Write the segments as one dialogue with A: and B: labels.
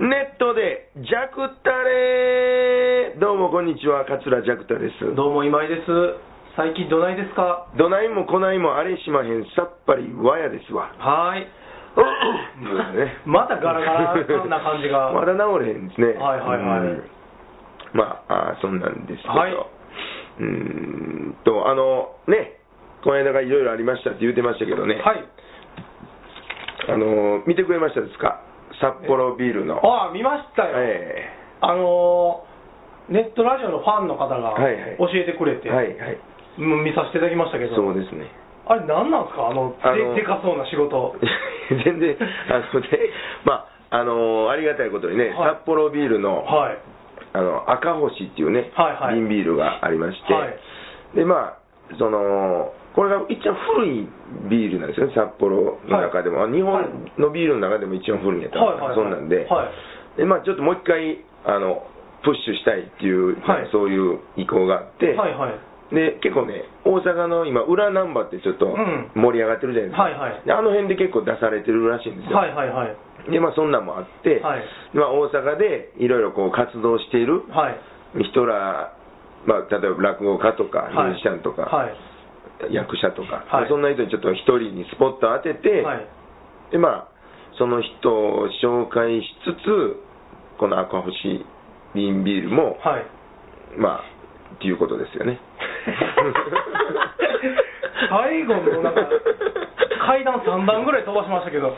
A: ので、ジャクタレどうもこんにちは、桂ジャクタです。
B: どうも今井です。最近どないですか
A: どないもこないもあれしまへん、さっぱりわやですわ。
B: はーい。
A: うんね
B: またガラガラな感じ が
A: まだ治れへんですね。
B: はいはいはい
A: うんまあ、あーそんなんですけど。
B: はいう
A: ーんと、あの、ね、この間がいろいろありましたって言ってましたけどね。
B: はい。
A: あの、見てくれましたですか札幌ビールの。
B: ああ、見ましたよ。
A: え
B: あのーネットラジオのファンの方が
A: はいはい
B: 教えてくれ
A: え
B: て、
A: はいはい。
B: もう見させていただきましたけど、
A: そうですね。
B: あれ何なんですかあの、
A: あの
B: ででかそうな仕事。
A: 全然、あのね、まあ、あのありがたいことにね、
B: はい
A: 札幌ビールの,、
B: はい。
A: あの赤星っていうね、
B: はいはい
A: 瓶ビールがありまして、
B: はい
A: でまあ、そのこれが一番古いビールなんですよね、札幌の中でも、
B: はい
A: あ日本のビールの中でも一番古いんやったら、
B: はいはいはい
A: そんなんで、
B: はい
A: でまあ、ちょっともう一回あの、プッシュしたいっていう、
B: はい
A: そういう意向があって、
B: はいはい。
A: で結構ね、大阪の今、裏ナンバーってちょっと
B: うん
A: 盛り上がってるじゃないですか、
B: はいはい
A: であの辺で結構出されてるらしいんですよ、
B: はいはいはい。
A: でまあ、そんなんもあって、
B: はい
A: でまあ、大阪でいろいろこう活動している
B: はい。
A: 人ら、まあ、例えば落語家とか、
B: はい
A: ミュージシャンとか、
B: はい。
A: 役者とか、
B: はい
A: そんな人にちょっと一人にスポット当てて、
B: はい。
A: でまあ、その人を紹介しつつ、この赤星瓶ビールも、
B: はい。
A: まあ、っていうことですよね。
B: 最後 のなんか階段3段ぐらい飛ばしましたけど、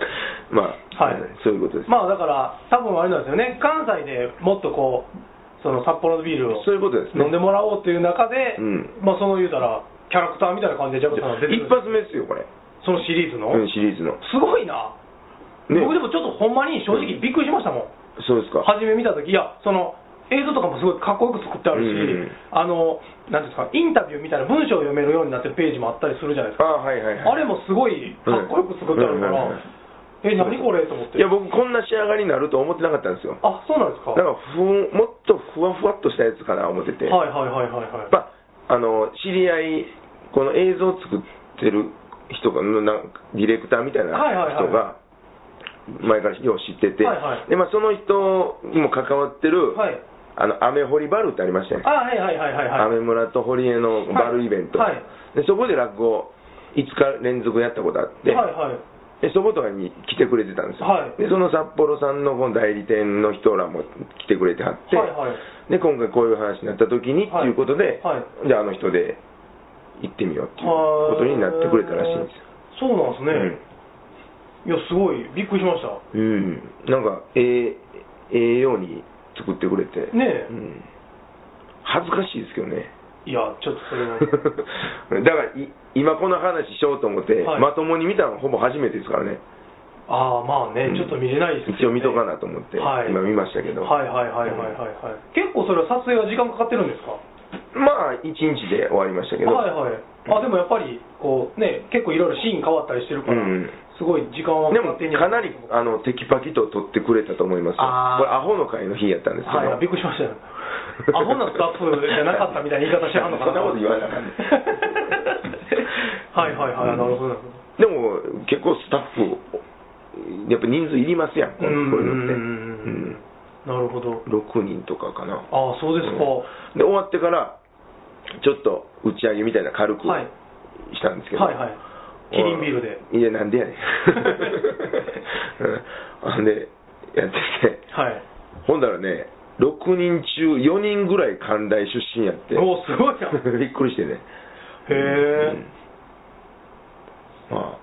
A: まあ、
B: はい
A: そういうことです。
B: まあだから、多分あれなんですよね、関西でもっとこう、その札幌のビールを
A: そういうことですね
B: 飲んでもらおうという中で、
A: うん
B: まあその言うたら、キャラクターみたいな感じでジャブさんが出て
A: 一
B: くる、
A: 発目ですよ、これ。
B: そのシリーズの、
A: うん、シリーズの。
B: すごいな、
A: ね
B: 僕でもちょっとほんまに正直びっくりしましたもん、
A: そうですか。
B: 初め見たとき、いや、その映像とかもすごいかっこよく作ってあるし、
A: うんうんうん
B: あの、なんていうんですか、インタビューみたいな文章を読めるようになってるページもあったりするじゃないです
A: あ
B: か、
A: はいはいはい。
B: あれもすごいかっこよく作ってあるか
A: うんうんうんうん
B: ら、え、何これと思って。
A: いや、僕、こんな仕上がりになると思ってなかったんですよ。
B: あ、そうなんですか。
A: なんかふん、もっとふわふわっとしたやつかな、思ってて。
B: はいはいはいはいはい。
A: まあ、あの、知り合い、この映像を作ってる人が、のなんかディレクターみたいな
B: はいはいはい
A: 人が、前からよう知ってて、
B: はいはい
A: でまあ、その人にも関わってる、
B: はい
A: あの、アメホリバルってありましたね
B: あ、。はいはいはいはい
A: ア
B: はい。
A: メ村と堀江のバルイベント、
B: はいはい
A: でそこで落語5日連続やったことあって、
B: はいはい。
A: でそことかに来てくれてたんですよ、
B: はい
A: でその札幌さんのこの代理店の人らも来てくれてはって、
B: はいはい
A: で今回こういう話になった時にって
B: はい
A: いうことで、
B: は
A: じゃああの人で行ってみようっていう
B: は
A: ことになってくれたらしいんですよ。
B: そうなんですね。いや、すごい、びっくりしました。
A: うん、うん、なんかええええように作ってくれて
B: ねえ
A: うん、恥ずかしいですけどね
B: いや、ちょっとそれは。
A: だからい今この話しようと思って、
B: はい
A: まともに見たのほぼ初めてですからね
B: ああ、まあね、
A: うん
B: ちょっと見れないですけどね
A: 一応見とかなと思って
B: はい
A: 今見ましたけど
B: はいはいはいはいはいはい。結構それは撮影は時間かかってるんですか
A: まあ1日で終わりましたけど、
B: はいはい。あ、でもやっぱり、こうね、結構いろいろシーン変わったりしてるから、
A: うんうん
B: すごい時間は
A: で
B: か
A: も
B: かってんや
A: かなりあのテキパキと撮ってくれたと思いますよ
B: あー
A: これアホの会の日やったんですけど、
B: はい、びっくりし ましたよ。アホなスタッフじゃなかったみたいな言い方しはんのか
A: そ
B: な。
A: んなこと言わなあかんね
B: はいはいはい、なるほどなるほど。
A: でも結構スタッフやっぱ人数いりますやんこういうのって、
B: うんなるほど。
A: 6人とかかな
B: ああ、そうです
A: う
B: か。
A: んで終わってからちょっと打ち上げみたいな軽く
B: はい
A: したんですけど、
B: はいはい。キリンビールで。
A: いやなんで やねんうんほんでやってて
B: はい。
A: ほんだらね6人中4人ぐらい関大出身やって
B: おお、すごいな。へ
A: びっくりしてね
B: え。
A: うんまあ、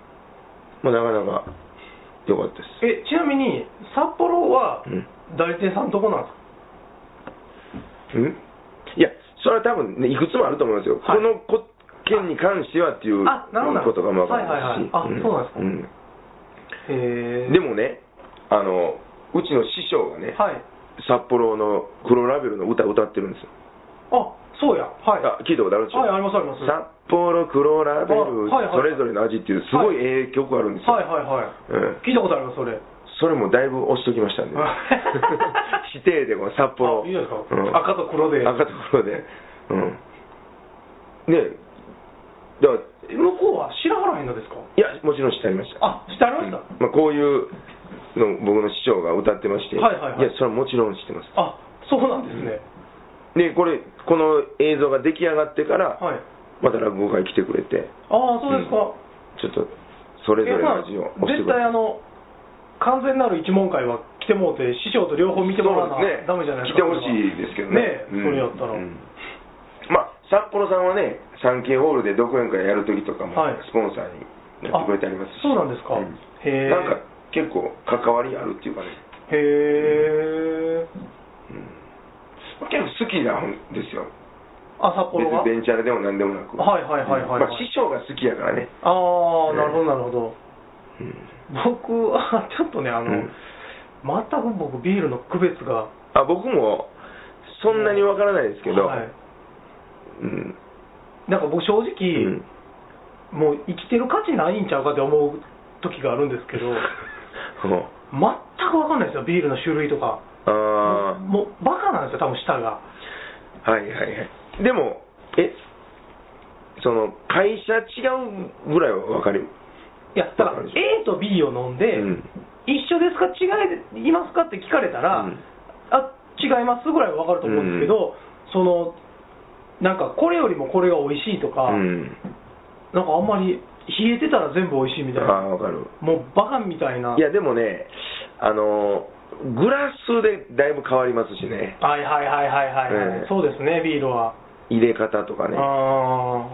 A: まあなかなか良かったです
B: え、ちなみに、札幌は
A: うん
B: 代理店さんどこなんですか
A: うんいやそれは多分ねいくつもあると思いますよ、
B: はい
A: このこ件に関してはっていう
B: あなるほど
A: ことがまあ分かりま
B: はいはいはいあ
A: すし
B: そうなんですか
A: うん
B: へえ。
A: でもねあのうちの師匠がね、
B: はい。
A: 札幌の黒ラベルの歌歌ってるんですよ、
B: あ、そうや。はい。
A: あ聞いたことあるでしょ、
B: はい、ありますあります。は
A: 札幌黒ラベル、
B: あはいはい
A: それぞれの味っていうすごいええ曲あるんですよ、
B: いはいは
A: うん
B: い。聞いたことあります、それ。
A: それもだいぶ押しときました んで
B: あ
A: 指定でこの札幌
B: あいいじゃないですか
A: うん
B: 赤と黒で
A: 赤と黒でうんねだから
B: 向こうは白原へんのですか
A: いやもちろんしてありました
B: あ、してありました。
A: まあ、こういうの僕の師匠が歌ってまして、
B: はいはいはい
A: や、それはもちろん知ってます。
B: あそうなんですね、
A: で、これ、この映像が出来上がってから、
B: はい
A: また落語会来てくれて、
B: ああそうですか、
A: ちょっと、それぞれ
B: いやまあ
A: の味を押して
B: 絶
A: くれ
B: 対あの完全なる一問会は来てもうて師匠と両方見てもらわな
A: そうですね
B: ダメじゃないですか
A: 来てほしいですけどね
B: えそれやったら、
A: うんまあ、札幌さんはね、サンキーホールで独演会やるときとかも
B: はい、
A: スポンサーにやってくれてありますし、
B: そうなんですか、
A: うん
B: へえ
A: なんか結構関わりあるっていうかね、
B: へえ
A: うん、結構好きなんですよ、
B: あ札
A: 別
B: 幌が
A: にベンチャーでもなんでもなく、
B: はいはいはいはいはい
A: まあ、師匠が好きやからね、
B: ああ
A: ええ
B: なるほどなるほど、
A: うん
B: 僕はちょっとねあの、
A: うん
B: 全く僕ビールの区別が
A: あ僕もそんなにわからないですけど、
B: はい、
A: うん
B: なんか僕正直、
A: うん
B: もう生きてる価値ないんちゃうかって思う時があるんです けど
A: うん
B: 全く分かんないですよビールの種類とか
A: あー
B: もうバカなんですよ多分舌が
A: はいはいはい。でも、え、その、会社違うぐらいはわかる。
B: いやだから A と B を飲んで、
A: うん
B: 一緒ですか違いますかって聞かれたら、
A: うん
B: あ違いますぐらいは分かると思うんですけど、そのなんかこれよりもこれが美味しいとか、
A: うん。
B: なんかあんまり冷えてたら全部美味しいみ
A: あ
B: たいな
A: あ、わかる。
B: もうバカみたいない
A: や、でもね、あの、グラスでだいぶ変わりますしね。
B: はいはいはいはいはいはい、
A: ええ
B: そうですねビールは、
A: 入れ方とかね。
B: あ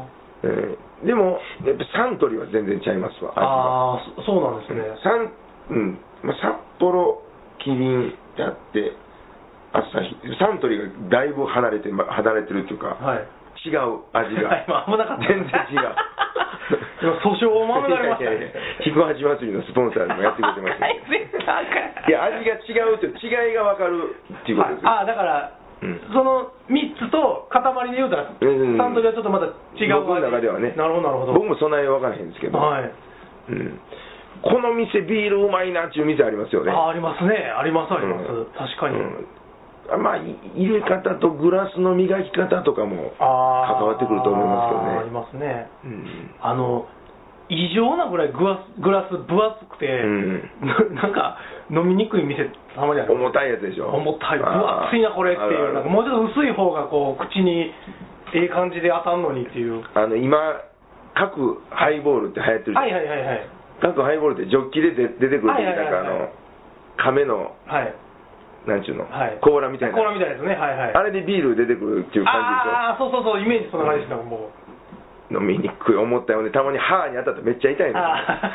A: うんでも、やっぱサントリーは全然ちゃいますわ。
B: ーあーそそうなんですね、
A: サン、うん。まあ、札幌、キリンだって、朝日、サントリーがだいぶ離れて、ま離れてるっていうか、
B: はい
A: 違う味が。
B: はい今危なかった。
A: 全然違う
B: 今訴訟を免れましたね
A: いやいやいや彦八祭りのスポンサーでもやってくれてますよ。いや、味が違うと違いがわかるっていうことですよ。
B: ああーだから、
A: うん
B: その3つと塊で言うたら、
A: うん
B: サントリーはちょっとまた違う
A: 僕の中ではね。
B: なるほどなるほど
A: 僕もそんなにわからへんですけど。
B: はい、
A: うんこの店ビールうまいなっていう店ありますよね。
B: あーありますねありますあります、
A: うん
B: 確かに、
A: うんあまあ、い入れ方とグラスの磨き方とかも
B: ああ
A: 関わってくると思い
B: あーあり
A: ま
B: ますね
A: すけどね。うん
B: あの異常なぐらいグラスグラス分厚くて、
A: ん
B: ななんか飲みにくい店たまにある
A: 重たいやつでしょ。
B: 重たい分
A: あー
B: 厚いなこれって
A: あ
B: い
A: るあ
B: う
A: る
B: なんかもうちょっと薄い方がこう口にええ感じで当たんのにっていう
A: あの今、各ハイボールって流行ってるじゃな
B: は
A: い
B: いはいはいはい
A: 各ハイボールってジョッキで出出てくる時
B: はいはい
A: なんかあ
B: はいはい
A: の亀の
B: はい
A: なんちゅうの、
B: はい
A: 甲羅みたいな
B: コーラみたいですねはいはい
A: あれでビール出てくるっていう感
B: ああーそうそうそうイメージそんな感じでしたもう
A: じでしょ飲みにくい思ったよねたまに歯に当たってめっちゃ痛いの
B: ああ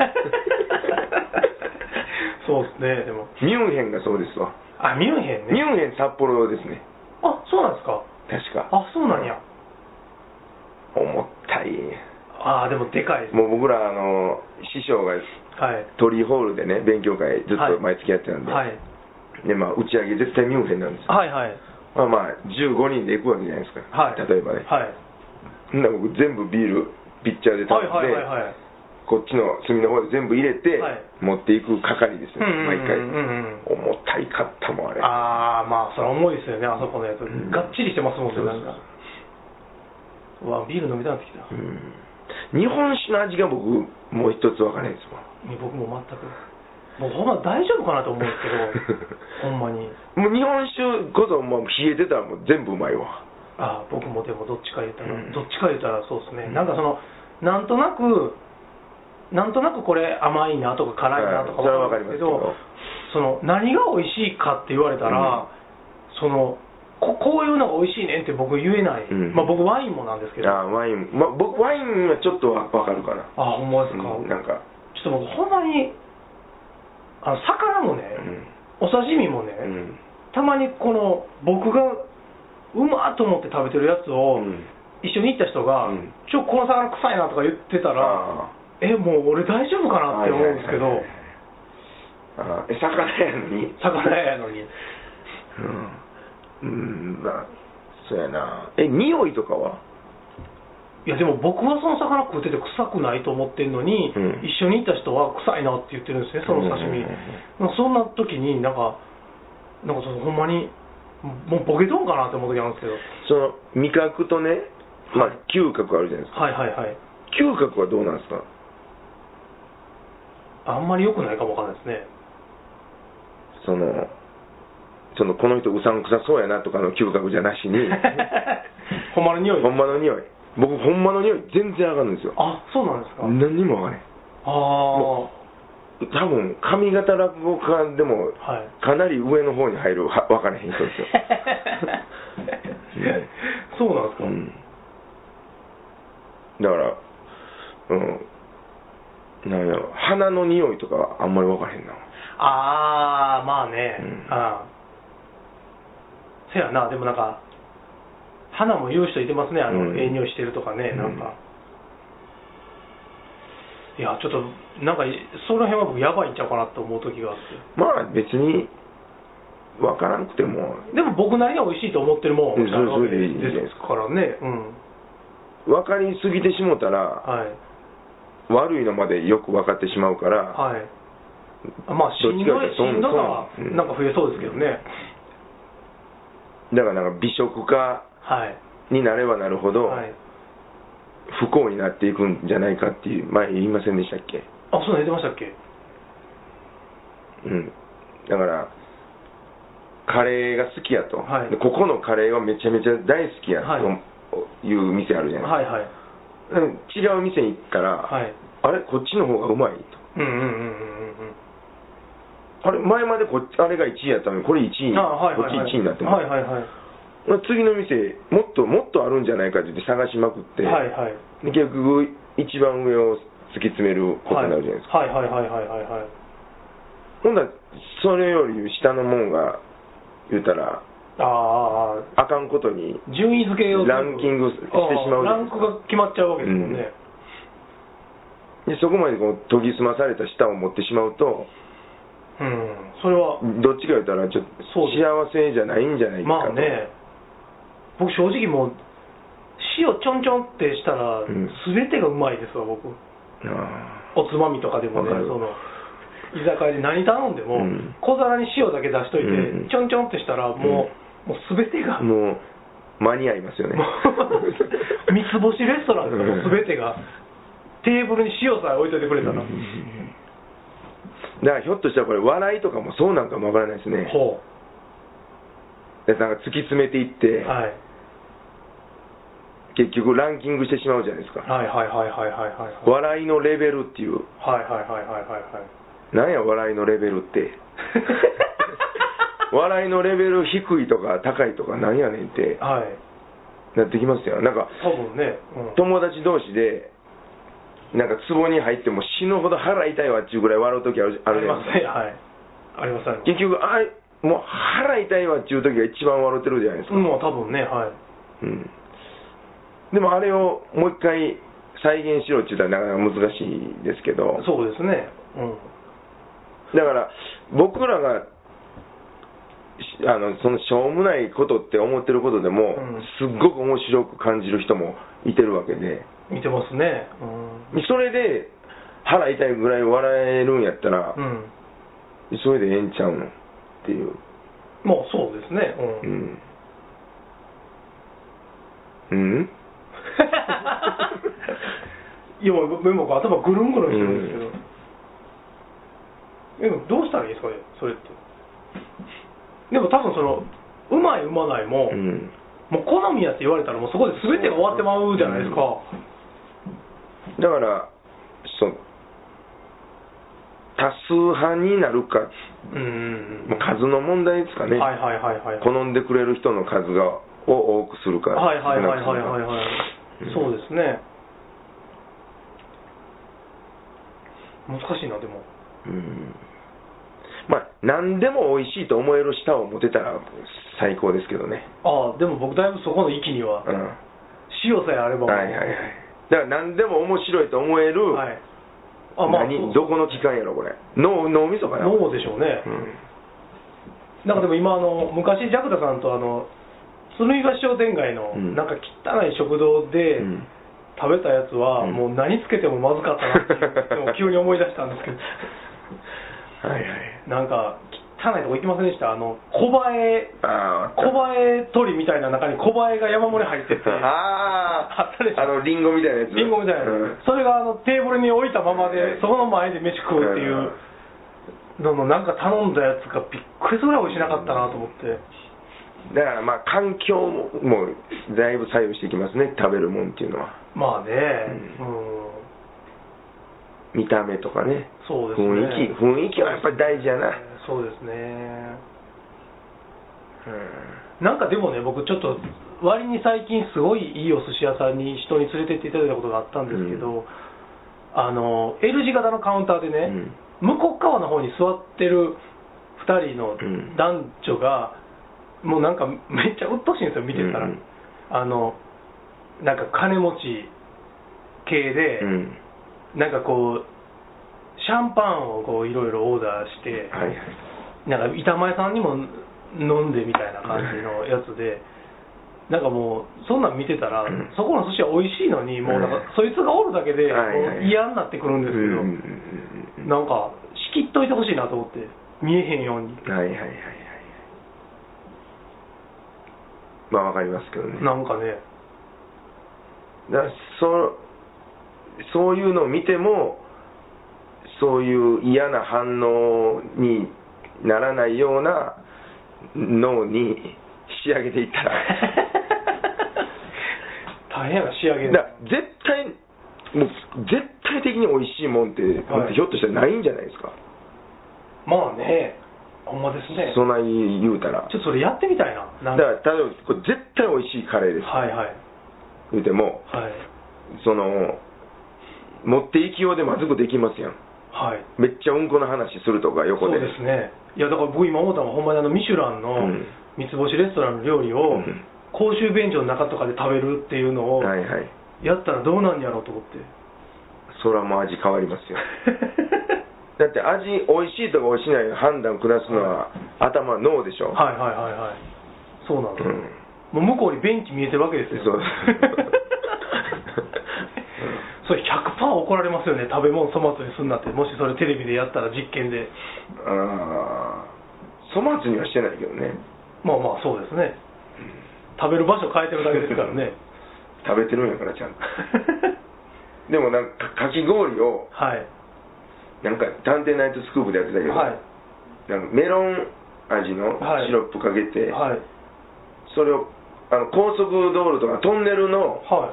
B: そうですねでも
A: ミュンヘンがそうですわ
B: あミュンヘン
A: ミ
B: ね
A: ュンヘン札幌ですね
B: あそうなんですか
A: 確か
B: あそうなんや
A: 重たい
B: ああでもでかいです
A: もう僕らあの師匠が
B: はい
A: 鳥居ホールでね勉強会ずっ
B: はい
A: と毎月やってたんで,、
B: はい
A: でまあ、打ち上げ絶対ミュンヘンなんですよ
B: はいはい
A: まあまあ15人で行くわけじゃないですか、
B: はい
A: 例えばね、
B: はい
A: ほんなら僕全部ビールピッチャーで
B: は
A: 頼ん
B: い
A: で、
B: はいはいはい
A: こっちの炭の方で全部入れて、
B: はい
A: 持っていく係ですね、
B: うん
A: 毎回、
B: うんうんうんうん
A: 重たいかったもんあれ
B: ああまあそれ重いですよねあそこのやつ、
A: ん
B: がっちりしてますもんね
A: そう
B: な
A: そ
B: ん
A: う
B: かうわビール飲みたくなってきた、
A: うん日本酒の味が僕もう一つ分からないですもん
B: 僕も全くもうほんま大丈夫かなと思うんです けどほんまに
A: もう日本酒こそもう冷えてたらもう全部うまいわ
B: ああ僕もでもどっちか言ったら、
A: うん
B: どっちか言ったらそうですね、
A: うん
B: なんかそのなんとなくなんとなくこれ甘いなとか辛いなと
A: は
B: か
A: いそれは
B: わるんですけど、
A: わかり
B: その何が美味しいかって言われたら、
A: うん
B: そのここういうのが美味しいねんって僕言えない、
A: うん
B: まあ僕ワインもなんですけどあ
A: あーワイン、ま、僕ワインはちょっとは分かるかな、
B: あほんまですか、
A: うんなんか、
B: ちょっと僕、ほんまに、あの魚もね、
A: うん
B: お刺身もね、
A: うん
B: たまにこの僕がうまーと思って食べてるやつ
A: う
B: を、
A: ん
B: 一緒に行った人が、
A: うん
B: ちょ、この魚臭いなとか言ってたら、
A: あ
B: え、もう俺大丈夫かなって思うんです
A: は
B: け
A: い
B: ど
A: はい、はいはいあーえ魚やのに
B: 魚屋やのに。
A: うん、うん、まあそうやなえ匂いとかはい
B: やでも僕はその魚食ってて臭くないと思ってるのに、
A: うん
B: 一緒に行った人は臭いなって言ってるんですねその刺身、
A: うんうんうん
B: なんかそんな時になんかなんかそのほんまにもうボケとんかなって思う時あるんですけど
A: その味覚とね、まあ、嗅覚あるじゃないですか、
B: はいはいはい
A: 嗅覚はどうなんですか
B: あんまり良くないかもわかんないですね
A: そのそのこの人うさんくさそうやなとかの嗅覚じゃなしに
B: ほんまの匂い
A: ほんまの匂い僕ほんまの匂い全然上がるんですよ
B: あそうなんですか、
A: 何にも上がれん
B: あ
A: 多分上方落語家でも
B: あはい
A: かなり上の方に入るは分からへん人 ですよ
B: そうなんですか、
A: うん、だから、うん、なんやろ、鼻の匂いとかはあんまり分からへんな。
B: ああまあね
A: う
B: うんん、せやなでもなんか花も言う人いてますねあ
A: う
B: の
A: ん
B: ええ匂いしてるとかね、なんかいやちょっとなんかいその辺は僕やばいんちゃうかなと思う時があって
A: まあ別に分からなくても、
B: でも僕なりが美味しいと思ってるもん
A: うんそれそれでいいんじゃないで
B: で
A: す
B: すからねうん
A: 分かりすぎてしもたら、
B: はい
A: 悪いのまでよく分かってしまうから、
B: はいあまあしんど
A: ど
B: い
A: っちかというと
B: しんどさは
A: そううん
B: なんか増えそうですけどね、
A: だからなんか美食家
B: はい
A: になればなるほど、
B: はい
A: 不幸になっていくんじゃないかっていう、前言いませんでしたっけ
B: あそうなん言ってましたっけ
A: うん、だから、カレーが好きやと、
B: はい
A: でここのカレーはめちゃめちゃ大好きや
B: はい
A: という店あるじゃない、
B: はいはい
A: うん違う店に行ったら、
B: はい
A: あれ、こっちの方がうまいと、
B: うんうんうんうんうんうん
A: あれ、前までこっちあれが1位やったのに、これ1位、
B: あはいは
A: こっ
B: いはい
A: ち1位になってま
B: は
A: す
B: いはいはい
A: 次の店、もっともっとあるんじゃないかって言って探しまくって、
B: はいはい
A: で結局、一番上を突き詰めることになるじゃないですか、
B: はいはいはいはいはいはい
A: ほんなら、それより下のもんが、言うたら、
B: あああ
A: あかんことに
B: あ順位付けを
A: ランキングしてしまう
B: ああランクが決まっちゃうわけですもんね、
A: でそこまでこう研ぎ澄まされた舌を持ってしまうと
B: うん、それは
A: どっちか言ったらちょっ
B: そ
A: と
B: うです
A: 幸せじゃないんじゃないかと
B: まあね僕正直もう塩ちょんちょんってしたら
A: ん
B: 全てがうまいですわ僕
A: あ
B: おつまみとかでもね
A: わかる
B: その居酒屋で何頼んでも、
A: うん
B: 小皿に塩だけ出しといて、
A: うん
B: ちょんちょんってしたらもう,、もう全てが
A: あもう間に合いますよね
B: もう 三つ星レストランとかも全てがテーブルに塩さえ置いといてくれたら、
A: だからひょっとしたらこれ笑いとかもそうなんかもわからないですね
B: ほう
A: でなんか突き詰めていって、
B: はい、
A: 結局ランキングしてしまうじゃないですか、
B: はいはいはいはいはいはいはい
A: 笑いのレベルっていう
B: はいはいはいはいはいはい
A: なんや笑いのレベルって 笑いのレベル低いとか高いとかなんやねんって
B: はい
A: なってきますよなんか
B: 多分ね、うん、
A: 友達同士でなんか壺に入っても死ぬほど腹痛いわっちゅうぐらい笑う時あるあ
B: あ
A: る
B: り
A: じゃ
B: ま
A: な
B: す
A: い
B: ねはいありますあります
A: 結局あいもう腹痛いわっちゅう時が一番笑ってるじゃないですか、
B: もう多分ねは
A: う
B: い
A: んでもあれをもう一回再現しろって言ったらなかなか難しいですけど
B: そうですねうん
A: だから僕らがしあのそのしょうもないことって思ってることでも、
B: うん
A: すっごく面白く感じる人もいてるわけで
B: 見てますねうん、
A: それで腹痛いぐらい笑えるんやったら、
B: うん、
A: 急いでええんちゃうのっていう、
B: もうそうですねう
A: うん ん、うん、
B: いやもう僕頭ぐるんぐるんしてるんですけど、でもどうしたらいいですかねそれってでも多分そのうまいうまないも、
A: うん、
B: もう好みやって言われたらもうそこで全てが終わってまうじゃないですか、
A: だから、そう、多数派になるか、
B: うんうん
A: まあ数の問題ですか
B: う
A: ね、
B: んはいはいはいはいはい
A: 好んでくれる人の数がを多くするか、
B: はいはいはいはいはい
A: 少なく
B: はい
A: うん
B: そうですね難しいなでも
A: するかうんまあ、何でも美味しいと思える舌を持てたら最高ですけどね、
B: ああでも僕だいぶそこの域には
A: うん、は
B: 塩さえあれば
A: いはいはい、だから何でも面白いと思える、
B: はいあまあ
A: 何
B: そう
A: どこの期間やろこれ脳脳みそかな
B: 脳でしょうね、
A: うん
B: なんかでも今あの昔ジャクダさんとあの鶴見橋商店街
A: う
B: の
A: ん
B: なんか汚い食堂で
A: うん
B: 食べたやつ
A: う
B: は
A: ん
B: もう何つけてもまずかったなっていうのを急に思い出したんです けど
A: はいはい
B: なんか汚いとこ行きませんでしたあの小映え
A: あー
B: 小映え鳥みたいな中に小映えが山盛り入ってて
A: あ
B: あったでし
A: あ
B: ょ
A: あのリンゴみたいなやつ
B: リンゴみたいな、
A: うん
B: それがあのテーブルに置いたまま
A: はいはい
B: でそこの前で飯食うっていう
A: う
B: ののなんか頼んだやつがびっくりするぐらい美味しなかったなと思って、
A: だからまあ環境ももうだいぶ左右してきますね食べるもんっていうのは
B: まあね、う、
A: うん見た目とかね
B: そうですね
A: 雰囲気雰囲気はやっぱり大事やな
B: そうですね
A: う
B: なんかでもね僕ちょっと割に最近すごいいいお寿司屋さんに人に連れてっていただいたことがあったんですけど、あの L 字型のカウンターでね、
A: ん
B: 向こう側の方に座ってる2人の
A: うん
B: 男女が、もうなんかめっちゃ鬱陶しいんですよ見てたら、
A: うんうん
B: あのなんか金持ち系で、
A: うん
B: なんかこうシャンパンをこういろいろオーダーして、
A: はいはい
B: なんか板前さんにも飲んでみたいな感じのやつで、なんかもう、そんなん見てたら
A: うん、
B: そこの寿司は美味しいのに、もうなん
A: うん
B: か、そいつがおるだけで
A: はいはい
B: もう嫌になってくるん
A: う
B: で
A: ん
B: す
A: うんうん
B: け
A: う
B: ど、
A: ん
B: なんか、仕切っといてほしいなと思って、見えへんように、
A: はいはいはいはいまあわかりますけどね
B: なんか ね、
A: だからそうそういうのを見てもそういう嫌な反応にならないような脳に仕上げていったら
B: 大変やな、仕上げ
A: だから絶対もう絶対的に美味しいもんって、
B: はい
A: ひょっとしたらないんじゃないですか、
B: まあね、ほんまですね、ち
A: そ
B: ょ
A: んなに言うたら
B: っとそれやってみたいな、な
A: だ
B: ん
A: か
B: から
A: 例えばこれ絶対美味しいカレーです、
B: はいはい、
A: 言うても
B: はい、
A: その持っていきようでまずくできますやん
B: はい。
A: めっちゃうんこの話するとか横
B: そう
A: で
B: ですねいやだから僕今思ったのはほんまにあのミシュランの
A: うん
B: 三つ星レストランの料理を
A: うん
B: 公衆便所の中とかで食べるっていうのを
A: はいはい
B: やったらどうなんやろうと 思って
A: そらもう味変わりますよだって味美味しいとか美味しいないの判断下すのは頭脳でしょ
B: はいはいはいはいそうなん
A: う
B: です、
A: ん
B: もう向こうにベンチ見えてるわけですよ
A: そう
B: それ100%怒られますよね食べ物粗末にすんなってもしそれテレビでやったら実験で
A: ああ粗末にはしてないけどね
B: まあまあそうですね食べる場所変えてるだけですから ね
A: 食べてるんやからちゃ んとでもなんかかき氷を
B: はい
A: なんか探偵ナイトスクープでやってたけど、
B: はい
A: なんかメロン味の
B: はい
A: シロップかけて、
B: はい
A: それをあの高速道路とかトンネルの
B: は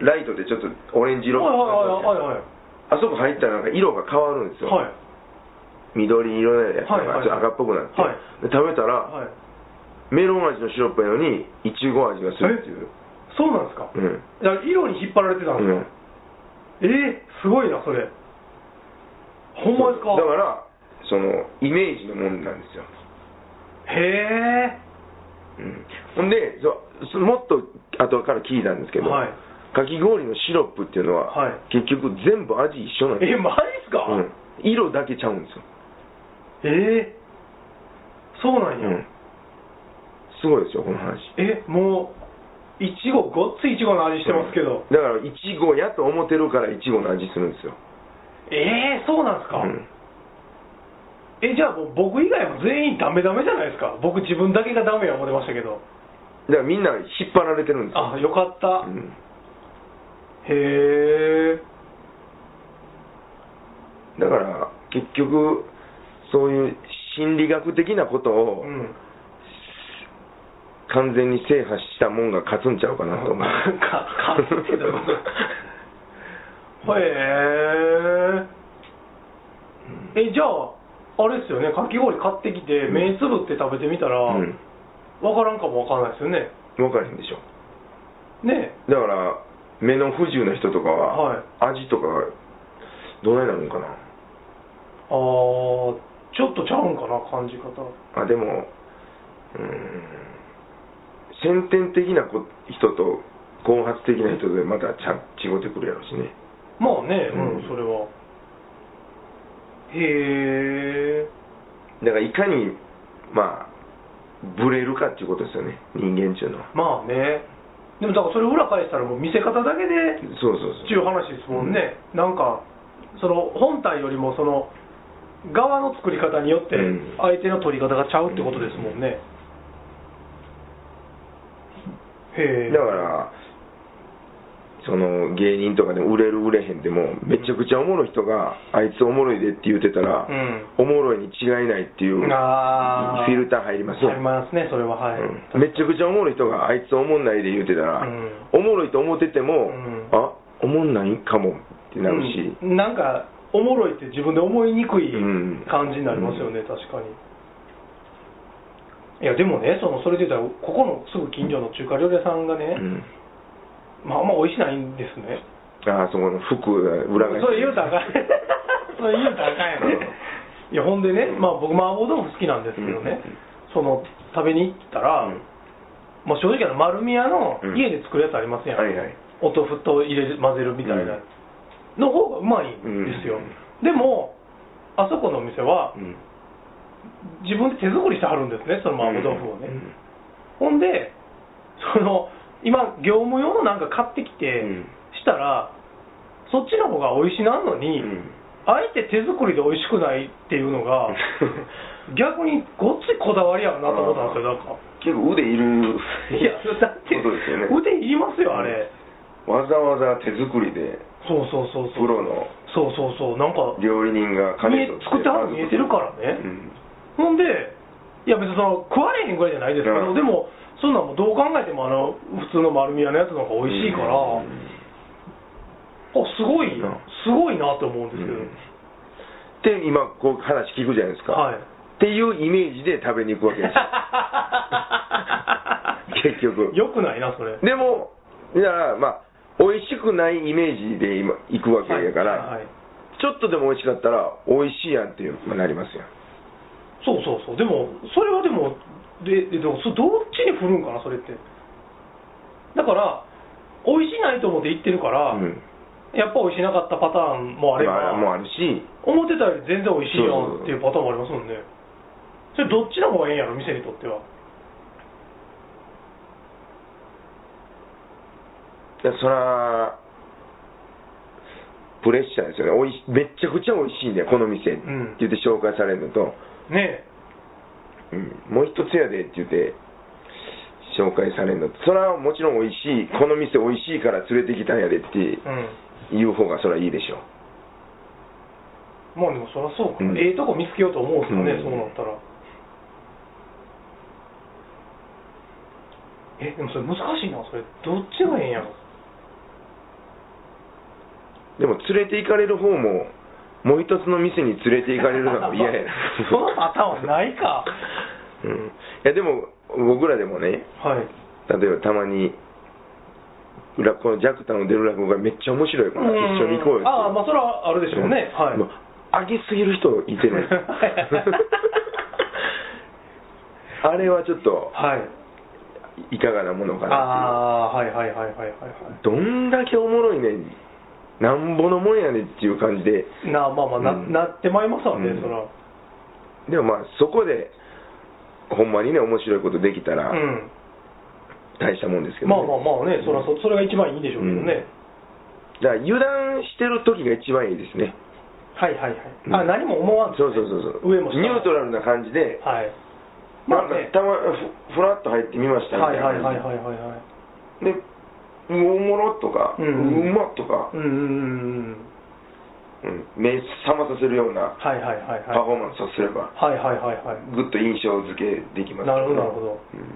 B: い
A: ライトでちょっとオレンジ色になってるやん
B: はいはいはいはいはい
A: あそこ入ったらなんか色が変わるんですよ、
B: はい
A: 緑色のやつ
B: はいはいは
A: が
B: い
A: ちょっと赤っぽくなって、
B: はい
A: で食べたら、
B: はい
A: メロン味のシロップやのにいちご味がするっていう、
B: そうなんですか、
A: う
B: だ
A: ん
B: から色に引っ張られてたんですか、えー、すごいなそれほんまですか
A: だからそのイメージのもんなんですよ、
B: へえ
A: うん、ほんでそそもっと後から聞いたんですけど、
B: はい
A: かき氷のシロップっていうのは、
B: はい
A: 結局全部味一緒なんです
B: え
A: よ、
B: マジっすか、
A: うん色だけちゃうんですよ、
B: えー、そうなん
A: う
B: や、
A: ん、すごいですよこの話
B: えもういちごごっついいちごの味してますけど、
A: だからいちごやと思ってるからいちごの味するんですよ、
B: ええー、そうなんです
A: う
B: か、
A: ん、
B: えじゃあもう僕以外も全員ダメダメじゃないですか僕自分だけがダメや思ってましたけど
A: だからみんな引っ張られてるんですよ
B: あよかった、
A: うん
B: へえ
A: だから結局そういう心理学的なことを
B: うん
A: 完全に制覇したもんが勝つんちゃうかなと思う、
B: か 勝 つってどういうことへええじゃああれですよねかき氷買ってきて
A: ん
B: 目つぶって食べてみたら、わ
A: うん
B: からんかもわからないですよね
A: 分からへんでしょ
B: ね
A: だから目の不自由な人とか
B: はい
A: は、味とかがどないなるんかな
B: ああちょっとちゃうんかな感じ方
A: あでもうーん先天的なこ人と後発的な人でまたちゃ違ってくるやろしね
B: まあねうん、
A: うん
B: それはへえ
A: だからいかにまあブレるかっていうことですよね人間っていうのは
B: まあねでもだからそれ裏返したらもう見せ方だけで
A: そうそうそう
B: っていう話ですもんね、なんかその本体よりもその側の作り方によって
A: うん
B: 相手の取り方がちゃうってことですもんね、へえ
A: だからその芸人とかでも売れる売れへんでもめちゃくちゃおもろい人があいつおもろいでって言ってたら、
B: うん
A: おもろいに違いないっていうフ
B: あー
A: ィルター入りますよ
B: ありますね、それは、はい。
A: うんめちゃくちゃおもろい人があいつおもんないで言うてたら、
B: うん
A: おもろいと思ってても、
B: うん
A: あおもんないかもってなるし、
B: うんなんか、おもろいって自分で思いにくい
A: うん
B: 感じになりますよね、確かに。いや、でもね、そのそれで言ったら、ここのすぐ近所の中華料理屋さんがね、
A: うん
B: まあ、あんま美味しないんですね。
A: ああそこの服裏返し
B: それ言うたらあかん それ言うたらあかんよねいやほんでね、まあ、僕麻婆豆腐好きなんですけどね、
A: うん
B: その食べに行ったら、
A: うん
B: まあ、正直あの丸宮の
A: うん
B: 家で作るやつありますやん、
A: はいはい
B: お豆腐と入れる混ぜるみたいな、の方がうまいんですよ、
A: うん
B: でもあそこのお店は
A: うん
B: 自分で手作りしてはるんですねその麻婆豆腐をね、
A: うん
B: ほんでその今業務用のなんか買ってきて、
A: うん
B: したらそっちの方が美味しなんのに、
A: うん
B: あえて手作りで美味しくないっていうの が逆にごっついこだわりやなと思ったんですよなんか
A: 結構腕いる
B: いやだって
A: ことですよね
B: 腕いりますよあれ、
A: わざわざ手作りで
B: そうそうそうそう
A: プロの
B: そうそうそうなんか
A: 料理人が金取って
B: 作ってはるの見えてるからね
A: うん
B: ほんでいや別にその食われへんぐらいじゃないですけど、
A: うん
B: でもそんなんもうどう考えてもあの普通の丸み屋のやつの方が美味しいから、
A: うん
B: あすごい
A: うん
B: すごいなと思うんですけど、
A: うんで今こう話聞くじゃないですか、
B: はい
A: っていうイメージで食べに行くわけです よ結局
B: よくないなそれ
A: でも、いや、まあ、美味しくないイメージで今、行くわけやから、
B: はいはい
A: ちょっとでも美味しかったら、美味しいやんっていう、まあなりますよ。
B: そうそうそうでもそれはでもでででもそどっちに振るんかなそれってだから美味しないと思って行ってるから、
A: うん
B: やっぱ美味しなかったパターンもあれ
A: ま
B: ば、
A: あ、もうあるし、
B: 思ってたより全然美味しいやん
A: そうそうそう
B: っていうパターンもありますもんねそれどっちの方がええんやろ店にとっては
A: いやそら、プレッシャーですよね。おいしめっちゃくちゃ美味しいんだよ、この店、っ
B: ん
A: て言って紹介されるのと、
B: ねえ
A: うんもう一つやでって言って、紹介されるのと、それはもちろん美味しい、この店美味しいから連れてきたんやでって
B: うん
A: 言う方がそれはいいでしょう。
B: まあでもそりゃそうか、
A: うん
B: ええとこ見つけようと思うんですかね、
A: うん
B: そうなったらえでもそれ難しいなそれどっちがええんやろ
A: でも連れて行かれる方も、もう一つの店に連れて行かれるの が嫌や
B: そのパターンはないか
A: うん、いやでも、僕らでもね、
B: はい
A: 例えばたまに、らこのジャクタの出る落語がめっちゃ面白いから、
B: うん
A: 一緒に行こうよって。
B: ああまあそれはあるでしょうね、
A: うん
B: はい
A: もう上げすぎる人いてるあれはちょっと、
B: はい
A: いかがなものかな
B: ああーはいはいはいはいはいは
A: っていう。どんだけおもろいねん、なんぼのもんやねんっていう感じで、
B: いなあまあまあな,、
A: うん
B: なってまいりますわね、
A: うん
B: そら
A: でもまあ、そこで、ほんまにね、面白いことできたら、
B: うん
A: 大したもんですけど、
B: まあまあまあね、そらそそれが一番いいんでしょうけどね、
A: だから油断してる時が一番いいですね
B: はいはいはい、
A: うん
B: あ何も思わん
A: そうそうそうそう
B: 上も下も
A: ニュートラルな感じで、
B: はい
A: なんかたまふふらっと入ってみましたみ
B: は
A: た
B: い
A: い
B: はい
A: な
B: はい
A: 感
B: はいはいはい
A: じででおもろとか、
B: う
A: うんまっとか
B: う、んうんうん
A: うん目覚まさせるような
B: はいはいはいはい
A: パフォーマンスをすれば、
B: はいはいはいはい
A: ぐっと印象付けできます
B: なるほどなるほど
A: うん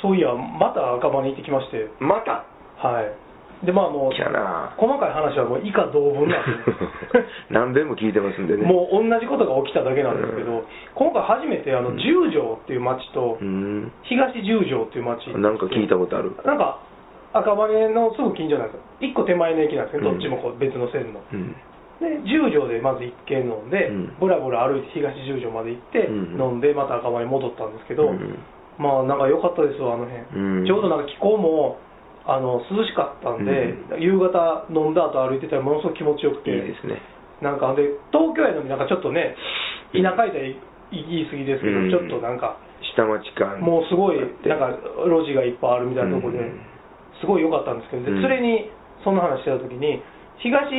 B: そういやまた赤羽に行ってきまして
A: また
B: はいでまあもう
A: きゃな
B: 細かい話はもう以下同文なんですよ
A: 何遍も聞いてますんで ね
B: もう同じことが起きただけなんですけ
A: う
B: ど、今回初めてあの
A: うん
B: 十条っていう町と
A: う、ん
B: 東十条っていう町、
A: なんか聞いたことある
B: なんか赤羽のすぐ近所なんですよ、一個手前の駅なんですけど、
A: う
B: ど
A: ん
B: っちもこう別の線の。
A: うん
B: で、十条でまず一軒飲んで
A: うん、
B: ぶらぶら歩いて東十条まで行って、
A: うん
B: 飲んで、また赤羽に戻ったんですけ
A: う
B: ど、
A: ん
B: まあなんか良かったですわ、あの辺。
A: うん
B: ちょうどなんか気候もあの涼しかったんで、夕方飲んだ後歩いてたらものすごく気持ちよくて。
A: いいですね
B: なんかで東京やのになんかちょっとね田舎やったらい言い過ぎですけど、
A: うん
B: ちょっとなんか
A: 下町感
B: もうすごい
A: って
B: なんか路地がいっぱいあるみたいなとこで、
A: うん
B: すごい良かったんですけどで
A: うん
B: それにその話してた時に東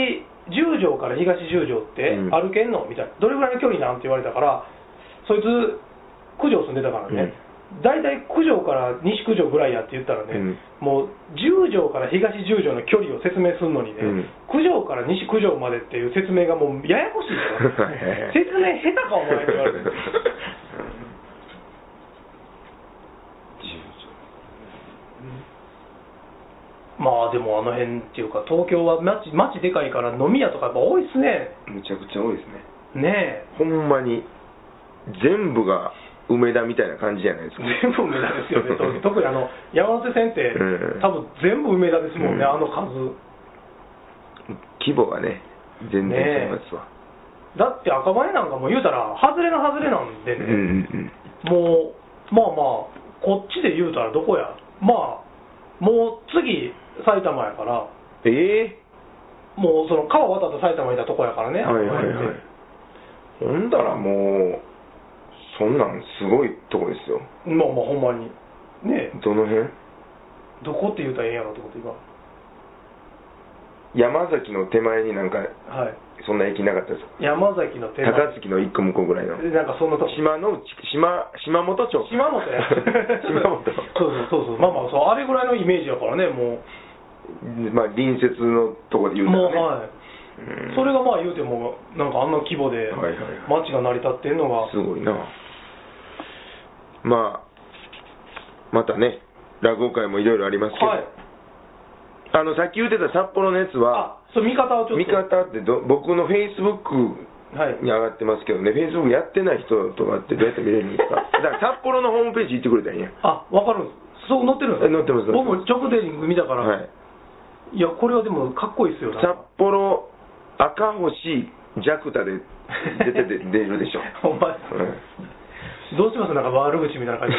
B: 十条から東十条って
A: うん
B: 歩けんのみたいなどれぐらいの距離なんて言われたからそいつ九条住んでたからね、大体九条から西九条ぐらいやって言ったらね、
A: うん
B: もう十条から東十条の距離を説明するのにね、
A: うん
B: 九条から西九条までっていう説明がもうややこしい から説明下手かお前って言われてまあでもあの辺っていうか東京は街街でかいから飲み屋とかやっぱ多いっすね
A: むちゃくちゃ多いですね
B: ねえ
A: ほんまに全部が梅田みたいな感じじゃないですか
B: 全部梅田です よねと特にあの山手線って、
A: うん
B: 多分全部梅田ですもんね、
A: うん
B: あの数
A: 規模がね全然違いますわ、
B: だって赤羽なんかもう言うたら外れの外れなんで
A: うん
B: ね、
A: うん
B: もうまあまあこっちで言うたらどこやまあもう次埼玉やから
A: うんええ
B: もうその川渡って埼玉いたとこやからね、
A: はいはい
B: 赤羽
A: は
B: って
A: いほんだらもうそんなんすごいとこですよ
B: まあまあほんまにねえ
A: どの辺
B: どこって言うたらええんやろと思って今
A: 山崎の手前になんか
B: はい
A: そんな駅なかったです
B: 山崎の手前
A: 高槻の一個向こうぐらいの
B: なんかそんなとこ
A: 島の内島島本町
B: 島本や
A: 島本
B: そうそうそうそうまあまあそうあれぐらいのイメージやからねも
A: まあ隣接のとこで言
B: う
A: うた
B: も
A: ら
B: う
A: ね、
B: はい
A: うん
B: それがまあ言うてもなんかあんな規模で
A: はいはいはい
B: 街が成り立ってんのが
A: すごいなまあまたね落語会もいろいろありますけど、
B: はい
A: あのさっき言ってた札幌のやつは
B: あそう見方をちょっと
A: 見方ってど僕のフェイスブック
B: はい
A: に上がってますけどね、フェイスブックやってない人とかってどうやって見れるんです か、だから札幌のホームページ行ってくれたらいいんや、
B: あわかるんですそう載ってるん
A: え
B: です
A: 載ってます載って
B: 僕
A: ま
B: も直で見たから、、
A: はいい、
B: やこれはでもかっこいいですよなん
A: 札
B: か
A: 幌赤星ジャクタで出て て出るで しょ、
B: ほんまです
A: うん
B: どうしますなんか悪口みたいな感じ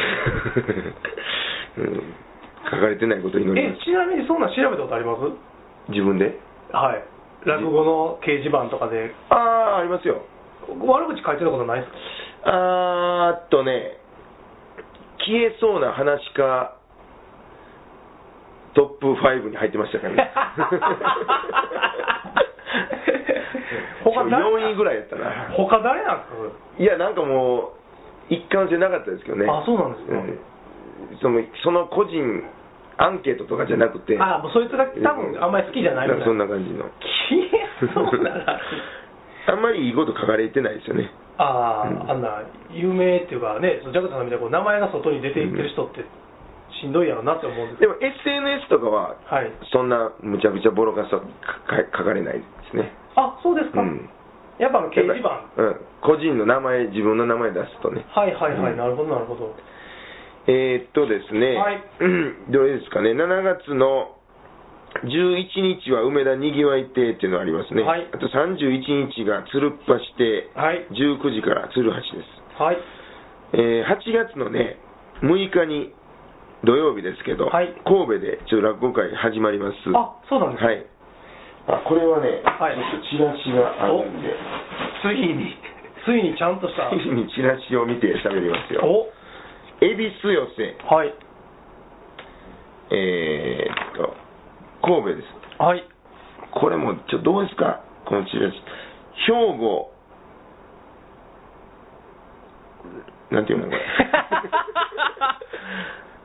A: うん書かれてないことを祈りま
B: えちなみにそんなん調べたことあります
A: す自分で
B: はい落語の掲示板とかで
A: ああありますよ
B: 悪口書いてたことないですか
A: あーっとね消えそうな話かトップ5に入ってましたからね
B: 他誰
A: 4位ぐらいやったな
B: 他誰なんですか
A: いやなんかもう一貫性なかったですけどね
B: あそうなんですか
A: うんそのその個人アンケートとかじゃなくて
B: それあもうそいつが多分あんまり好きじゃないみ
A: な
B: たい
A: んか
B: な
A: そんな感じの
B: 消え そうな落語
A: あんまりいいこと書かれてないですよね
B: あ
A: うん
B: あ、あんな有名っていうかね、そのジャクタさんみたいにこう名前が外に出ていってる人ってしんどいやろなって思うんですけ
A: でも
B: ど、
A: SNS とかは
B: はい、
A: そんなむちゃくちゃボロカスはかか書かれないですね
B: あそうですか、
A: うん
B: やっぱあの掲示板、
A: やっぱりうん個人の名前自分の名前出すとね
B: はいはいはい、
A: うん
B: なるほど、なるほど、
A: えーっとですね、
B: はい
A: うんどれですかね、7月の11日は梅田にぎわい亭っていうのがありますね、
B: はい
A: あと31日が鶴橋亭、
B: はい、
A: 19時から鶴橋です、
B: はい、
A: えー8月のね、6日に土曜日ですけど、
B: はい
A: 神戸でちょっと落語会始まります。
B: あそうなんですか、
A: はいあこれはね、
B: はい
A: ちょっとチラシがあるんで、
B: ついに、ついにちゃんとした、
A: 次にチラシを見て喋りますよ。
B: お
A: 恵比寿寄せ、
B: はい、
A: えーっと、神戸です。
B: はい、
A: これも、ちょ、どうですかこのチラシ。兵庫。なんていうのこ れ。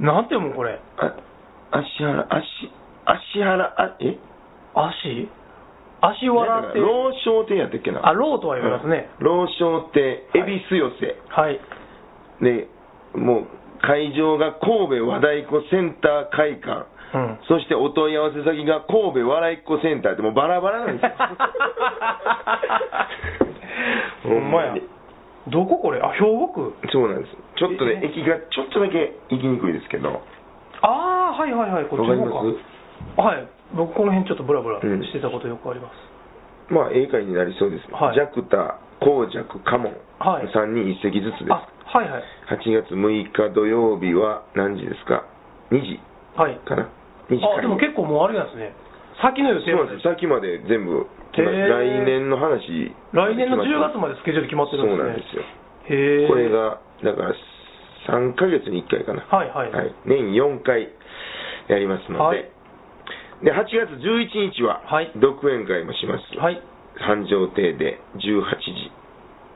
B: なんていうのこれ、
A: あ、足原、足、足原、あ、え
B: 足足笑って、
A: 老少亭やったっけな。
B: あ、ローとは言いますね、
A: うん。老少亭、恵比寿寄せ。
B: はい、
A: で、もう、会場が神戸和太鼓センター会館。
B: うん。
A: そしてお問い合わせ先が神戸笑いっ子センターってもうバラバラなんですよ。
B: ほんまや。どここれあ、兵庫区
A: そうなんです。ちょっとね、
B: え
A: 駅がちょっとだけ行きにくいですけど。
B: ああ、はいはいはい、こっちの方
A: わかりま
B: か。はい。僕、この辺ちょっとブラブラ
A: うん
B: してたことよくあります。
A: まあ、英会になりそうです。
B: はい
A: ジャクタ、コージャク、カモン。
B: はい
A: 3人1席ずつです。
B: あ、はいはい。
A: 8月6日土曜日は何時ですか ?2 時
B: はい。
A: かな ?2 時
B: あ、
A: か
B: でも結構もうあれなんですね。先の予
A: そ
B: 定
A: うなんです。さっきまで全部、
B: へー
A: 来年の話。
B: 来年の10月
A: ま
B: までスケジュール決まってる
A: そうんなん
B: で
A: ですすよ。
B: ね。へえ。
A: これ。が、だから、3ヶ月に1回かな。
B: はいはい。
A: はい、年4回やりますので、
B: はい
A: で8月11日は
B: はい
A: 独演会もします、
B: はい。
A: 繁盛亭で18時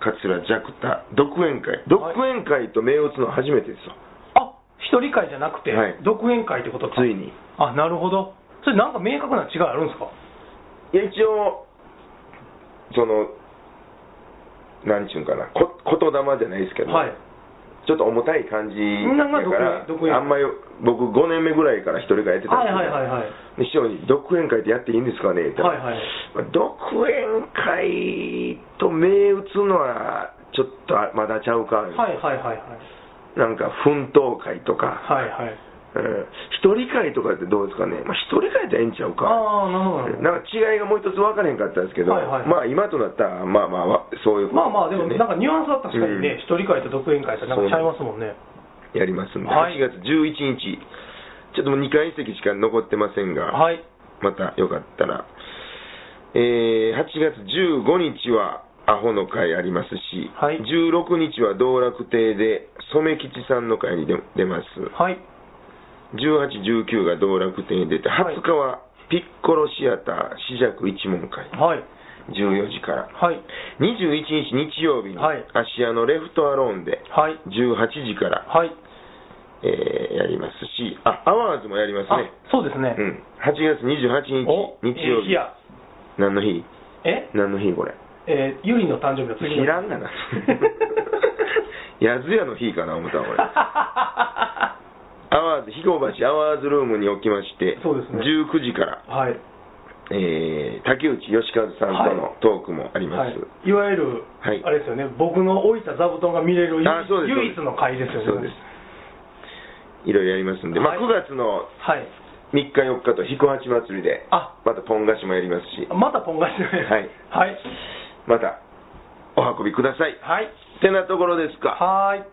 A: 桂ジャクタ独演会独演会と銘打つのは初めてですよ、
B: あ、一人会じゃなくて
A: はい、
B: 独演会ってことか。
A: ついに。
B: あ、なるほど。それなんか明確な違いあるんですか
A: いや一応そのなんちゅうんかなこ言霊じゃないですけど、
B: はい。
A: ちょっと重たい感じだ
B: なんか
A: から
B: 独演独演会
A: あんまり僕5年目ぐらいから一人会やってたん
B: は
A: で
B: い
A: す
B: はい
A: けど
B: はいはい。
A: で師匠に「独演会ってやっていいんですかね?」って、
B: はいはい。
A: まあ独演会と銘打つのはちょっとあまだちゃうか、
B: はいはいはいはい。
A: なんか奮闘会とか、
B: はいはい。
A: うん一人会とかってどうですかね、まあ、一人会ってええんちゃうか
B: ああ、なるほどなるほど。
A: なんか違いがもう一つ分からへんかったんですけど、
B: はいはい
A: まあ今となったら、まあまあわ、そういうこと
B: まあまあ、でも、
A: ね
B: なんかニュアンスは確かに
A: うん
B: ね、一人会と独演会ってなんかちゃいますもんね。
A: やりますんで、
B: はい
A: 8月11日、ちょっともう2階席しか残ってませんが、
B: はい。
A: またよかったら、えー8月15日はアホの会ありますし、
B: はい
A: 16日は道楽亭で染吉さんの会に出出ます、
B: はい。
A: 18、19が道楽亭に出て、
B: はい
A: 20日はピッコロシアター四尺一門会、
B: はい。
A: 14時から。
B: はい。
A: 21日日曜日に、
B: はい
A: 芦屋のレフトアローンで、
B: はい。
A: 18時から、
B: はい。
A: えーやりますし、あ、アワーズもやります
B: あ
A: ね。、
B: そうですね
A: う。ん。8月28
B: お、
A: 日、日曜
B: えー
A: 日。
B: 日や。
A: 何の日
B: え
A: 何の日これ。
B: えー、ゆりの誕生日の次の
A: 知
B: 日
A: らんが な。やずやの日かな、思った わ、これ。アワーズ、飛行橋アワーズルームにおきまして、
B: そうですね
A: 19時から、
B: はい。
A: えー竹内義和さんとのトークもありま
B: は
A: す。
B: い。いわゆる、
A: はい
B: あれですよね、僕の置いた座布団が見れる唯
A: あそうです
B: 唯一の会ですよね。
A: そうです。いろいろやりますんで、まあ、
B: はい
A: 9月の
B: はい。
A: 3日、4日と彦八祭りで、
B: あ、
A: またポン菓子もやりますし、
B: またポン菓子のね
A: はい。
B: はい。
A: またお運びください。
B: はい。
A: ってなところですか。
B: はーい。